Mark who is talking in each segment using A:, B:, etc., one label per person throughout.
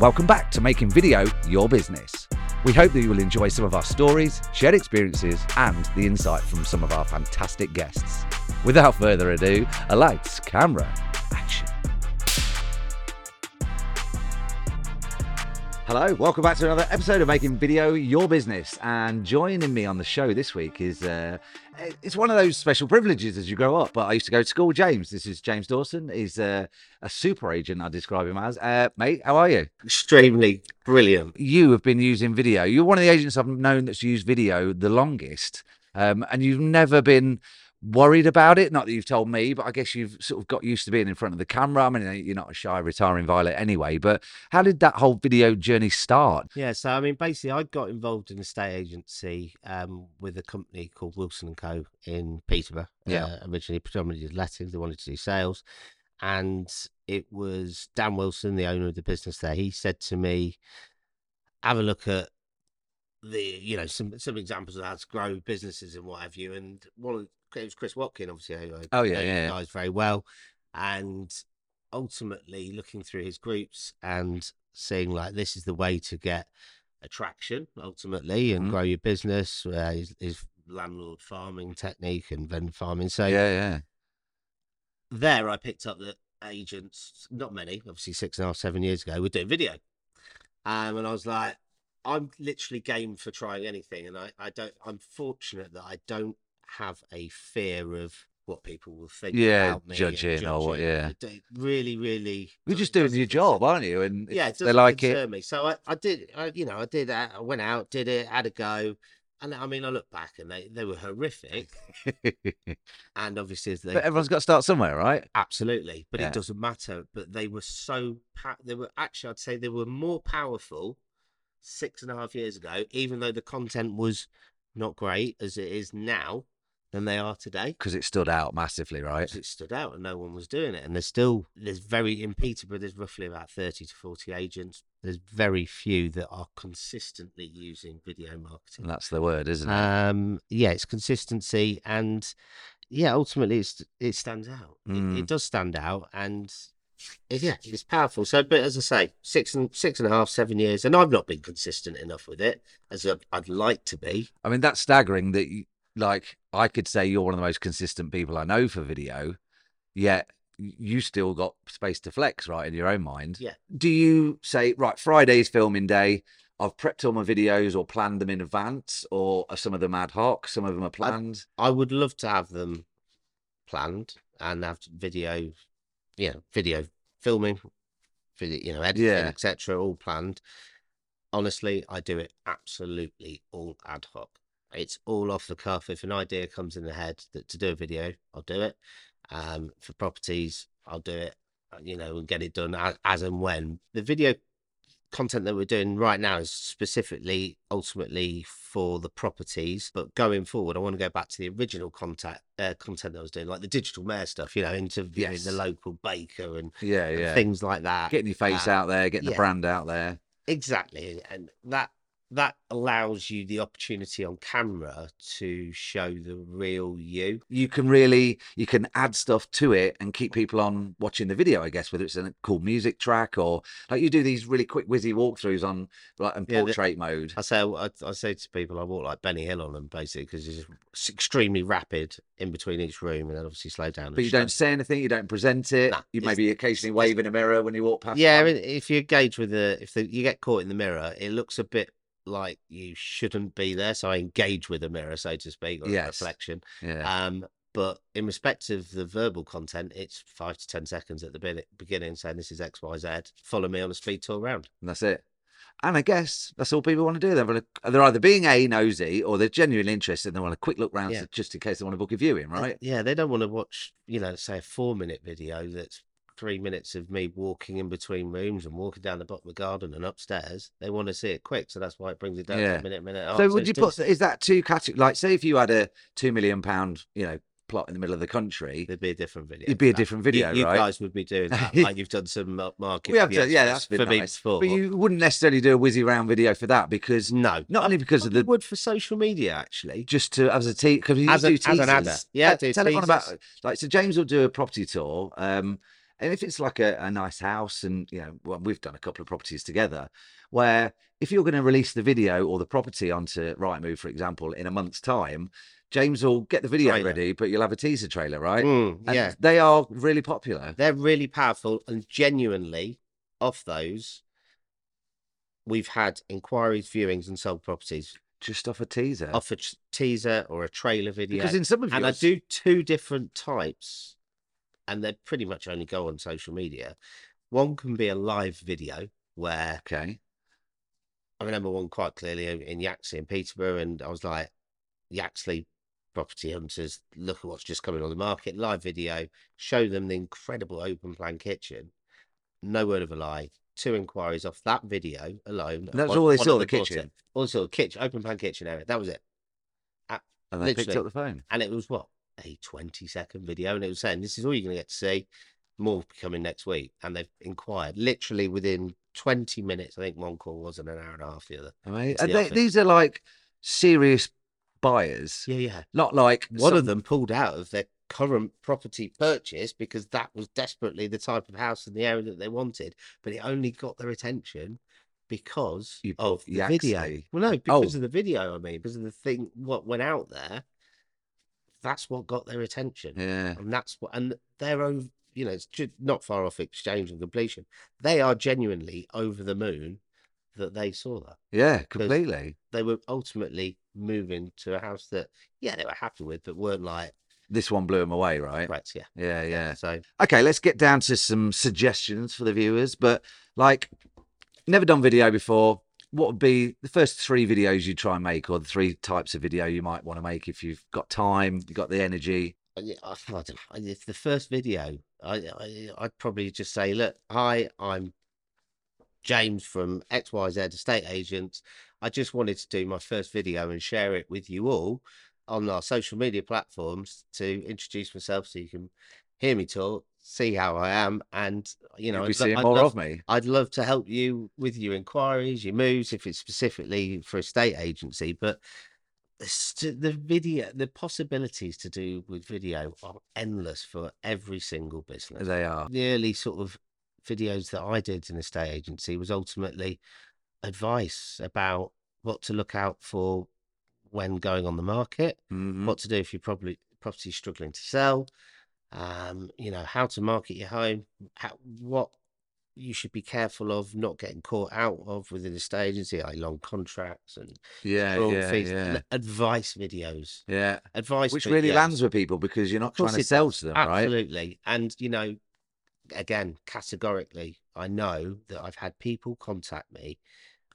A: Welcome back to Making Video Your Business. We hope that you will enjoy some of our stories, shared experiences, and the insight from some of our fantastic guests. Without further ado, a lights, camera, action. Hello, welcome back to another episode of Making Video Your Business. And joining me on the show this week is uh, it's one of those special privileges as you grow up. But I used to go to school. James, this is James Dawson. He's uh, a super agent. I describe him as. Uh, mate, how are you?
B: Extremely brilliant.
A: You have been using video. You're one of the agents I've known that's used video the longest, um, and you've never been worried about it. Not that you've told me, but I guess you've sort of got used to being in front of the camera. I mean, you're not a shy retiring violet anyway. But how did that whole video journey start?
B: Yeah, so I mean, basically, I got involved in a state agency um, with a company called Wilson and Co. in Peterborough.
A: Yeah.
B: uh, originally, predominantly did lettings. They wanted to do sales, and it was Dan Wilson, the owner of the business there. He said to me, "Have a look at." The you know some some examples of how to grow businesses and what have you, and one of the, it was Chris Watkin obviously. who I
A: Oh, yeah,
B: know you
A: yeah.
B: guys very well, and ultimately looking through his groups and seeing like this is the way to get attraction ultimately and
A: Mhm.
B: grow your business uh, his, his landlord farming technique and vendor farming so
A: yeah,
B: there i picked up that agents not many obviously six and a half seven years ago were doing video um, and i was like i'm literally game for trying anything and i, I don't i'm fortunate that i don't have a fear of what people will think
A: Yeah,
B: about me and
A: judging or what-
B: judging.
A: yeah.
B: I don't- really really
A: You're
B: doesn't-
A: just doing
B: doesn't
A: your
B: concern-
A: job, aren't you? And
B: yeah,
A: yeah,
B: it
A: they
B: doesn't
A: like it.
B: concern me. So I, I did, I, you know, I did. uh, I went out, did it, had a go, and I mean, I look back and they, they were horrific.
A: but
B: And obviously, as uh, they
A: everyone's got to start somewhere, right?
B: absolutely, but
A: Yeah.
B: it doesn't matter. But they were so pa- they were actually, I'd say, they were more powerful six and a half years ago, even though the content was not great as it is now than they are today.
A: Because it stood out massively, right?
B: because it stood out and no one was doing it. And there's still there's very in Peterborough there's roughly about thirty to forty agents. There's very few that are consistently using video
A: And
B: marketing.
A: that's the word, isn't it?
B: Um, yeah, it's consistency and yeah, ultimately it's it stands out.
A: Mm.
B: It, it does stand out and. it- Yeah, it's powerful. So, but as I say, six and six and a half, seven years, and I've not been consistent enough with it as I'd, I'd like to be.
A: I mean, that's staggering that, you, like, I could say you're one of the most consistent people I know for video, yet y- you still got space to flex, right, in your own mind.
B: Yeah.
A: Do you say, right, Friday's filming day, I've prepped all my videos or planned them in advance, or are some of them ad hoc, some of them are planned?
B: I would love to have them planned and have video, yeah, video filming, video, you know, editing,
A: Yeah.
B: etc., all planned. Honestly, I do it absolutely all ad hoc. It's all off the cuff. If an idea comes in the head that to do a video, I'll do it. Um, for properties, I'll do it. uh, You know, and get it done as, as and when the video content that we're doing right now is specifically ultimately for the properties but going forward i want to go back to the original contact uh, content that i was doing like the digital mayor stuff you know interviewing
A: Yes.
B: the local baker and,
A: Yeah,
B: and
A: yeah.
B: things like that
A: Getting your face
B: uh,
A: out there, getting the
B: yeah.
A: brand out there.
B: exactly and that that allows you the opportunity on camera to show the real you
A: you can really you can add stuff to it and keep people on watching the video i guess whether it's a cool music track or like you do these really quick whizzy walkthroughs on like in
B: Yeah, the-
A: portrait mode
B: I say I, I say to people I walk like Benny Hill on them basically because it's just extremely rapid in between each room and then obviously slow down. and
A: but you
B: show.
A: don't say anything you don't present it
B: Nah,
A: you
B: it's-
A: maybe occasionally
B: it's-
A: wave in a mirror when you walk past
B: yeah, I
A: one.
B: mean, if you engage with the if the, you get caught in the mirror, it looks a bit like you shouldn't be there. So I engage with the mirror, so to speak, or a
A: Yes.
B: reflection.
A: yeah
B: Um, but in respect of the verbal content, it's five to ten seconds at the be- beginning, saying this is X, Y, Z. Follow me on a speed tour round.
A: and that's it and i guess that's all people want to do they're, gonna- they're either being a nosy or they're genuinely interested and they want a quick look round
B: Yeah.
A: so- just in case they want to book a viewing
B: They-
A: right
B: Yeah, they don't want to watch, you know, say a four minute video that's three minutes of me walking in between rooms and walking down the bottom of the garden and upstairs. They want to see it quick, so that's why it brings it down
A: Yeah.
B: to a minute, minute. and a half.
A: So would
B: Oh, it's
A: you put
B: decent.
A: is that two categories? Like, say if you had a two million pound, you know, plot in the middle of the country,
B: There'd be a different video.
A: it'd be a
B: for that.
A: different video,
B: you, you
A: right?
B: guys would be doing that, like you've done some mar- market.
A: we have to,
B: videos
A: yeah,
B: for
A: that's
B: us-
A: been
B: for me
A: nice.
B: before.
A: But you wouldn't necessarily do a whizzy round video for that because
B: no,
A: not only because of
B: probably
A: the
B: would for social media actually.
A: just to as a teaser because you
B: As
A: do
B: a- as an
A: teasers.
B: advert. Yeah,
A: Tell-
B: do
A: tell everyone about
B: teasers.
A: like so. James will do a property tour. Um, And if it's like a, a nice house, and you know, well, we've done a couple of properties together, where if you're going to release the video or the property onto Rightmove, for example, in a month's time, James will get the video
B: Trailer.
A: ready, but you'll have a teaser trailer, right?
B: Mm,
A: And
B: yeah.
A: they are really popular.
B: They're really powerful and genuinely of those. We've had inquiries, viewings, and sold properties
A: Just off a teaser,
B: off a t- teaser or a trailer video.
A: because in some of
B: and I
A: yours,
B: do two different types, and they pretty much only go on social media. One can be a live video where
A: Okay,
B: I remember one quite clearly in in Yaxley in Peterborough, and I was like, Yaxley property hunters, look at what's just coming on the market, live video, show them the incredible open plan kitchen. No word of a lie. Two inquiries off that video alone.
A: That's
B: One-
A: all they
B: one
A: saw,
B: of
A: the
B: them bought it.
A: kitchen.
B: All they saw, kitchen, open plan kitchen area. That was it.
A: and they picked
B: Literally.
A: up the phone.
B: And it was what? A 20 second video. And it was saying, this is all you're going to get to see. More will be coming next week. And they've inquired literally within 20 minutes. I think one call was in an hour and a half the other.
A: Amazing.
B: Into
A: And
B: the
A: they,
B: office.
A: these are like serious buyers,
B: Yeah, yeah.
A: not like
B: One
A: some-
B: of them pulled out of their current property purchase because that was desperately the type of house in the area that they wanted, but it only got their attention because
A: You-
B: of the video.
A: Yaxley.
B: Well, no, because
A: Oh.
B: of the video. I mean, because of the thing what went out there. That's what got their attention,
A: Yeah,
B: and that's what. And they're over. You know, it's ju- not far off exchange and completion. They are genuinely over the moon that they saw that
A: yeah, completely.
B: they were ultimately moving to a house that yeah they were happy with but weren't like
A: This one blew them away, right?
B: right yeah
A: Yeah, yeah.
B: so
A: Okay, let's get down to some suggestions for the viewers. But like, never done video before. What would be the first three videos you try and make, or the three types of video you might want to make if you've got time, you've got the energy?
B: I, I, don't know, if the first video I, I I'd probably just say look hi I'm James from XYZ Estate Agents I just wanted to do my first video and share it with you all on our social media platforms to introduce myself so you can hear me talk see how I am and you
A: You
B: know
A: know,
B: I'd
A: we
B: lo-
A: seeing
B: I'd
A: more
B: love-
A: of me.
B: I'd love to help you with your inquiries, your moves, if it's specifically for a state agency. But the st- the video, the possibilities to do with video are endless for every single business.
A: They are.
B: The early sort of videos that I did in a state agency was ultimately advice about what to look out for when going on the market,
A: Mhm.
B: what to do if your probably property's struggling to sell um you know how to market your home how, what you should be careful of not getting caught out of within the estate agency like long contracts and
A: Yeah,
B: fraud
A: yeah,
B: fees.
A: yeah,
B: L- advice videos
A: yeah.
B: advice
A: Which really
B: videos.
A: lands with people because you're not
B: course
A: trying to
B: it
A: sell to them, right?
B: absolutely and you know again categorically i know that i've had people contact me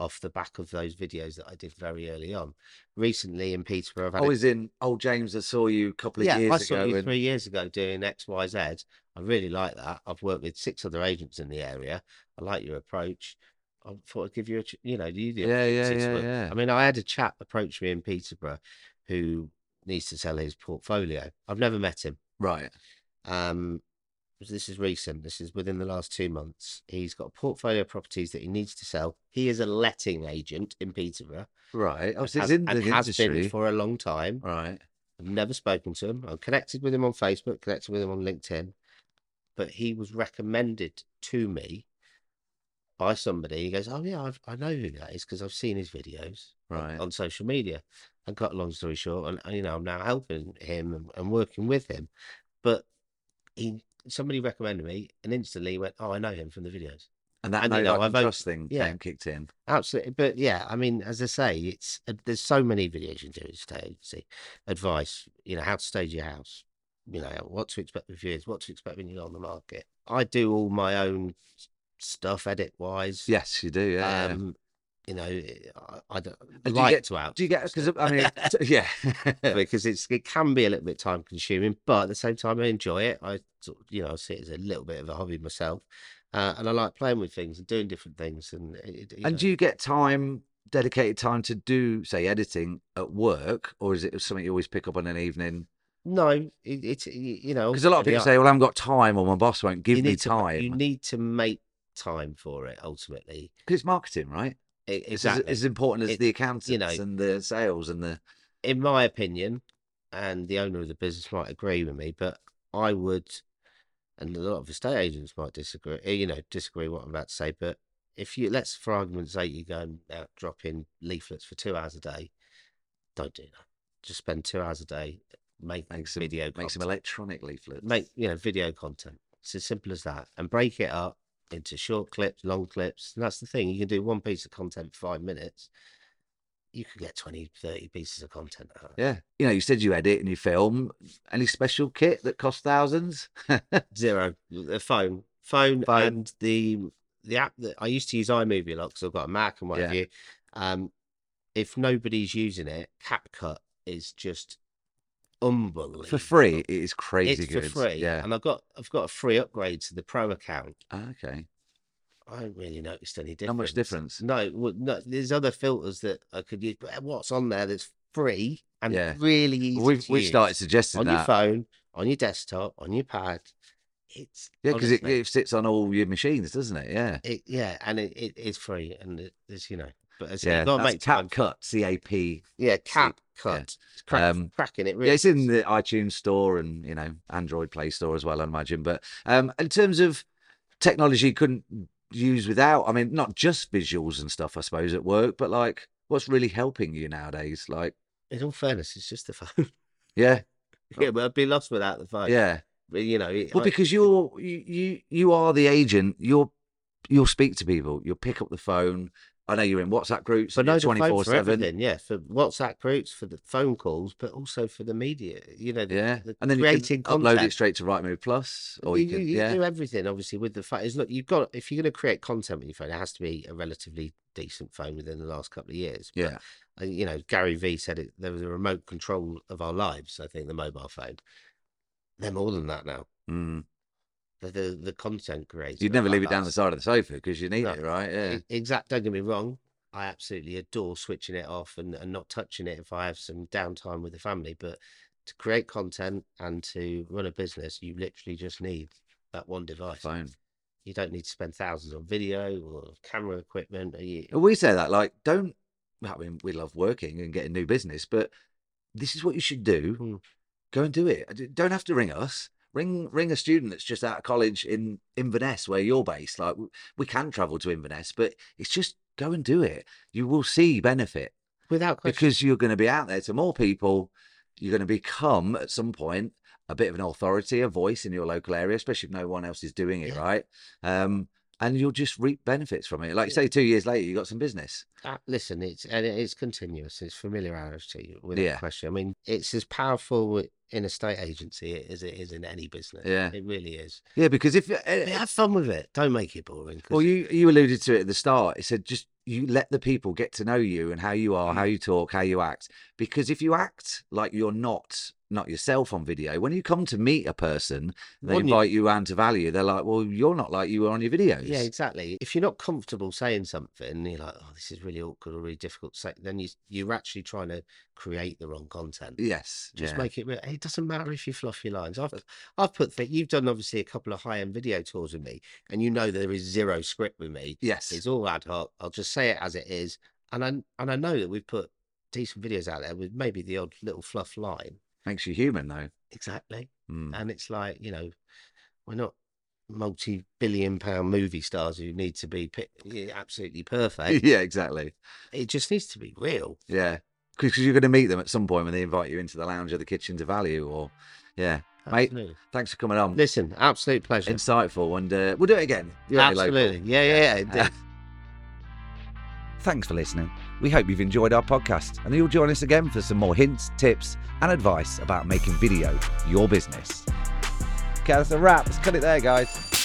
B: off the back of those videos that i did very early on recently in peterborough i've had a
A: Always in old James. I saw you a couple of years
B: I saw
A: ago.
B: you
A: and-
B: three years ago doing X, Y, Z. I really like that. I've worked with six other agents in the area. I like your approach. I thought I'd give you a, ch- you know, you do.
A: yeah, yeah,
B: opportunity to
A: yeah,
B: work.
A: yeah.
B: I mean, I had a chap approach me in Peterborough who needs to sell his portfolio. I've never met him.
A: Right.
B: Um, this is recent. This is within the last two months. He's got a portfolio of properties that he needs to sell. He is a letting agent in Peterborough.
A: Right. Oh,
B: and
A: so it's
B: has-
A: in the
B: and has
A: industry.
B: been for a long time.
A: Right.
B: I've never spoken to him. I'm connected with him on Facebook, connected with him on LinkedIn, but he was recommended to me by somebody. He goes, "Oh yeah, I've, I know who that is because I've seen his videos on-
A: Right.
B: on social media." And cut a long story short, and, and, you know, I'm now helping him and, and working with him, but he somebody recommended me, and instantly went, "Oh, I know him from the videos."
A: And that
B: And,
A: no
B: you know,
A: like,
B: I
A: and
B: vote-
A: trust thing
B: yeah.
A: game kicked in.
B: Absolutely, but yeah, I mean, as I say, it's uh, there's so many videos you can do as a agency. Advice, you know, how to stage your house, you know, what to expect with viewers, what to expect when you go on the market. I do all my own s- stuff, edit wise.
A: Yes, you do. Yeah. yeah.
B: um, you know, I, I don't
A: you
B: like
A: get-
B: to out
A: do you get? Because I mean, t- yeah,
B: because it's it can be a little bit time consuming, but at the same time, I enjoy it. I sort of- you know I see it as a little bit of a hobby myself, uh, and I like playing with things and doing different things. And it, it- you
A: and
B: know.
A: do you get time dedicated time to do say editing at work, or is it something you always pick up on an evening?
B: No, it, it's y- you know
A: Because a lot of
B: ultimately,
A: people
B: I-
A: say, "Well, I haven't got time," or "My boss won't
B: Oh, you
A: give me
B: need to ma- You
A: time."
B: need to make time for it. Ultimately,
A: Because it's marketing, right?
B: I-
A: It's as,
B: exactly.
A: as important as
B: It-
A: the accountants
B: you know,
A: and the sales and the
B: In my opinion, and the owner of the business might agree with me, but I would and a lot of estate agents might disagree. eh, You know, disagree what I'm about to say, but if you let's for argument's sake, you go and out dropping leaflets for two hours a day, don't do that. Just spend two hours a day making
A: Make some-
B: video
A: Make some
B: content
A: electronic leaflets.
B: make you know video content. It's as simple as that, and break it up into short clips, long clips. And that's the thing; you can do one piece of content for five minutes. You could get 20, 30 pieces of content. Out. of it.
A: Yeah. You know, you said you edit and you film. Any special kit that costs thousands?
B: Zero, the phone, phone,
A: Phone.
B: and the the app that I used to use iMovie a lot because I've got a Mac and what have
A: Yeah.
B: you. Um, if nobody's using it, CapCut is just unbelievable
A: for free, it is crazy
B: It's for
A: good.
B: free,
A: Yeah.
B: and I've got I've got a free upgrade to the Pro account.
A: Ah, Okay.
B: I haven't really noticed any
A: Not
B: difference.
A: much difference.
B: No, well, no, there's other filters that I could use, but what's on there that's free and
A: Yeah.
B: really easy
A: We've,
B: to
A: we've
B: use
A: started suggesting
B: on your
A: that.
B: phone, on your desktop, on your pad. It's
A: yeah, because it,
B: honestly,
A: it sits on all your machines, doesn't it? Yeah.
B: it- yeah, and it, it is free, and it, it's you know, but it's,
A: Yeah.
B: you've got to
A: that's
B: make time.
A: Cap Cut, C A P.
B: Yeah, cap cut.
A: yeah.
B: It's crack,
A: Um,
B: cracking it. Really
A: Yeah, it's in
B: is.
A: the iTunes store and, you know, Android Play Store as well, I imagine. But um, in terms of technology you couldn't use without, I mean, not just visuals and stuff, I suppose, at work, but like what's really helping you nowadays? Like,
B: In all fairness, it's just the phone.
A: yeah,
B: yeah, but I'd be lost without the phone.
A: Oh. yeah.
B: but, you know, it,
A: Well,
B: I-
A: because you're you you, you are the agent. You're you'll speak to people. You'll pick up the phone. I know you're in WhatsApp groups.
B: for no
A: twenty four seven.
B: everything, yeah, for WhatsApp groups, for the phone calls, but also for the media. You know, the,
A: Yeah,
B: the
A: and then
B: creating
A: you can upload it
B: content.
A: straight to Rightmove Plus, or you, can
B: you
A: yeah
B: do everything obviously with the phone. It's Look, you've got if you're going to create content with your phone, it has to be a relatively decent phone within the last couple of years. But,
A: yeah
B: uh, you know, Gary Vee said it. There was a remote control of our lives. I think the mobile phone. They're more than that now.
A: mm.
B: The the, the content creators.
A: You'd never leave it down the side of the sofa because you need
B: No.
A: it, right? Yeah,
B: E- Exact. Don't get me wrong. I absolutely adore switching it off and, and not touching it if I have some downtime with the family. But to create content and to run a business, you literally just need that one device.
A: phone.
B: You don't need to spend thousands on video or camera equipment. Or you,
A: And We say that like don't. I mean, we love working and getting new business, but this is what you should do.
B: Mm.
A: Go and do it. I d- Don't have to ring us. Ring ring a student that's just out of college in Inverness, where you're based. Like w- we can travel to Inverness, but it's just go and do it. You will see benefit
B: without question.
A: because you're going to be out there to more people. You're going to become at some point a bit of an authority, a voice in your local area, especially if no one else is doing it,
B: Yeah.
A: right? Um, and you'll just reap benefits from it. Like you
B: Yeah.
A: say, two years later, you got some business.
B: Uh, listen, it's and it is continuous. It's familiarity without
A: Yeah.
B: question. I mean, it's as powerful wi- in a state agency as it is in any business.
A: Yeah.
B: it really is.
A: Yeah, because if
B: But
A: uh,
B: have fun with it. Don't make it boring. 'cause
A: well, you you alluded to it at the start. It said just you let the people get to know you and how you are,
B: Mm.
A: how you talk, how you act. Because if you act like you're not not yourself on video, when you come to meet a person, they
B: wouldn't you-
A: invite you round to value. They're like, well, you're not like you were on your videos.
B: Yeah, exactly. If you're not comfortable saying something, you're like, "Oh, this is really awkward or really difficult," to say, then you you're actually trying to create the wrong content.
A: Yes.
B: Just
A: yeah.
B: make it real. It doesn't matter if you fluff your lines. I've I've put that you've done obviously a couple of high end video tours with me, and you know there is zero script with me.
A: yes.
B: It's all ad hoc. I'll just say it as it is, and I and I know that we've put decent videos out there with maybe the odd little fluff line.
A: Makes you human though.
B: Exactly
A: Mm.
B: and it's like you know we're not multi-billion pound movie stars who need to be pi- yeah, absolutely perfect
A: yeah, exactly.
B: it just needs to be real
A: Yeah, because you're going to meet them at some point when they invite you into the lounge or the kitchen to value. Or yeah, Mate,
B: absolutely.
A: thanks for coming on.
B: listen absolute pleasure
A: Insightful, and uh, we'll do it again. You're only local.
B: absolutely yeah yeah, yeah. indeed.
A: Thanks for listening. We hope you've enjoyed our podcast and that you'll join us again for some more hints, tips, and advice about making video your business. Okay, that's a wrap. Let's cut it there, guys.